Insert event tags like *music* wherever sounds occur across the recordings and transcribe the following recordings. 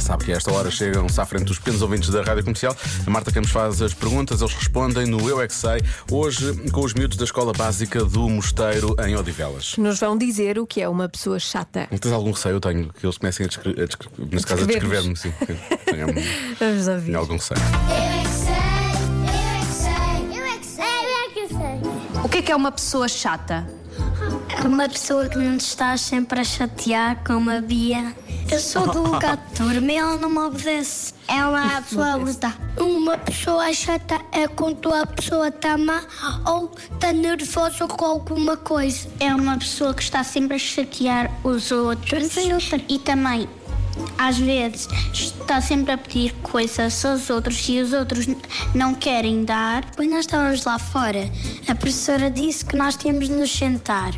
sabe que a esta hora chegam-se à frente dos pequenos ouvintes da rádio comercial. A Marta Campos faz as perguntas, eles respondem no Eu É Que Sei, hoje com os miúdos da Escola Básica do Mosteiro em Odivelas. que nos vão dizer o que é uma pessoa chata. Tens algum receio? Eu tenho que eles comecem a, descre- a descre- neste caso, a descrever-me. Descrever-nos. Sim, tenho, Vamos tenho ouvir. algum receio. Eu é que sei, eu é que sei, eu é que sei, eu é que sei. O que é que é uma pessoa chata? É Uma pessoa que nos está sempre a chatear, como a Bia. Eu sou do lugar de turma e ela não me obedece. É uma pessoa bruta. Uma pessoa chata é quando a pessoa está má ou está nervosa com alguma coisa. É uma pessoa que está sempre a chatear os outros e também às vezes está sempre a pedir coisas aos outros e os outros n- não querem dar. Quando nós estávamos lá fora, a professora disse que nós tínhamos de nos sentar.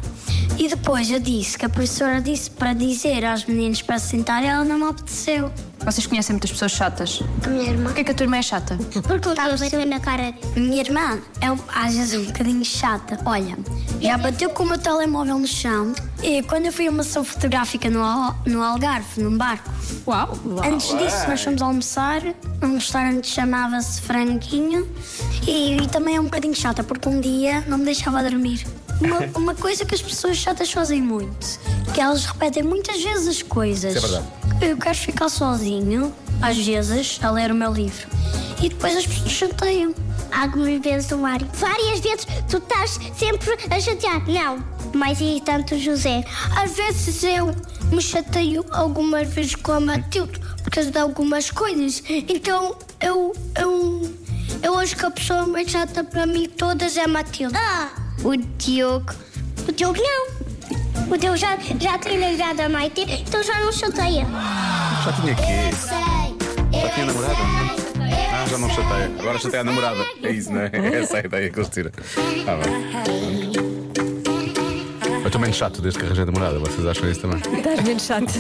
E depois eu disse que a professora disse para dizer aos meninos para se sentar e ela não me obedeceu. Vocês conhecem muitas pessoas chatas. minha irmã O que é que a turma é chata? Perguntava a na cara. Minha irmã é um- às vezes um bocadinho chata. Olha, já bateu com o meu telemóvel no chão e quando eu fui a uma ação fotográfica no, Al- no Algarve, num barco. Uau! Antes disso, nós fomos almoçar. Um restaurante chamava-se Franquinho. E, e também é um bocadinho chata, porque um dia não me deixava dormir. *laughs* Uma, uma coisa que as pessoas chatas fazem muito, que elas repetem muitas vezes as coisas. Isso é verdade. Eu quero ficar sozinho, às vezes, a ler o meu livro. E depois as pessoas chateiam. Algumas vezes o Mário. Várias vezes tu estás sempre a chatear. Não, mas e tanto o José. Às vezes eu me chateio algumas vezes com a Matilde por causa de algumas coisas. Então eu. eu eu acho que a pessoa mais chata para mim todas é a Matilde. Ah, o Diogo. O Diogo não. O Diogo já, já tem namorado a Maite, então já não chateia. Já tinha aqui. Sei, é Já tinha Tá namorada? Ah, já não chateia. Agora chateia a namorada. É isso, não é? É essa a ideia que eles tiram. Ah, bem. *laughs* Eu estou menos chato desde que arranjei namorada, vocês acham isso também? Estás menos chato.